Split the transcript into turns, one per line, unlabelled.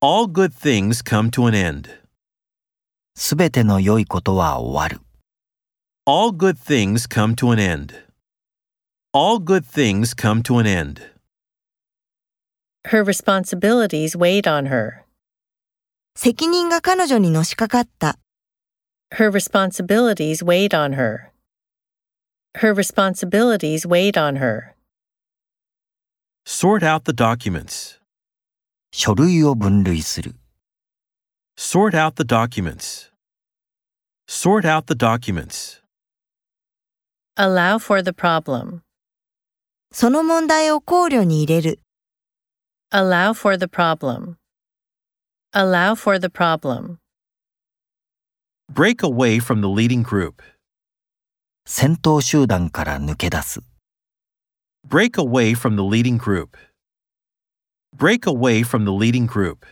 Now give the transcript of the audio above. All good things come to an end.
すべての良いことは終わる。
All good things come to an end. All good things come to an end.
Her responsibilities weighed on her.
責任が彼女にのしかかった。
Her responsibilities weighed on her. Her responsibilities weighed on her.
Sort out the documents.
書類を分類する。
Sort out the documents. Sort out the documents.
Allow for the problem.
その問題を考慮に入れる。
Allow for the problem. Allow for the problem.
Break away from the leading group.
戦闘集団から抜け出す。
Break away from the leading group. Break away from the leading group.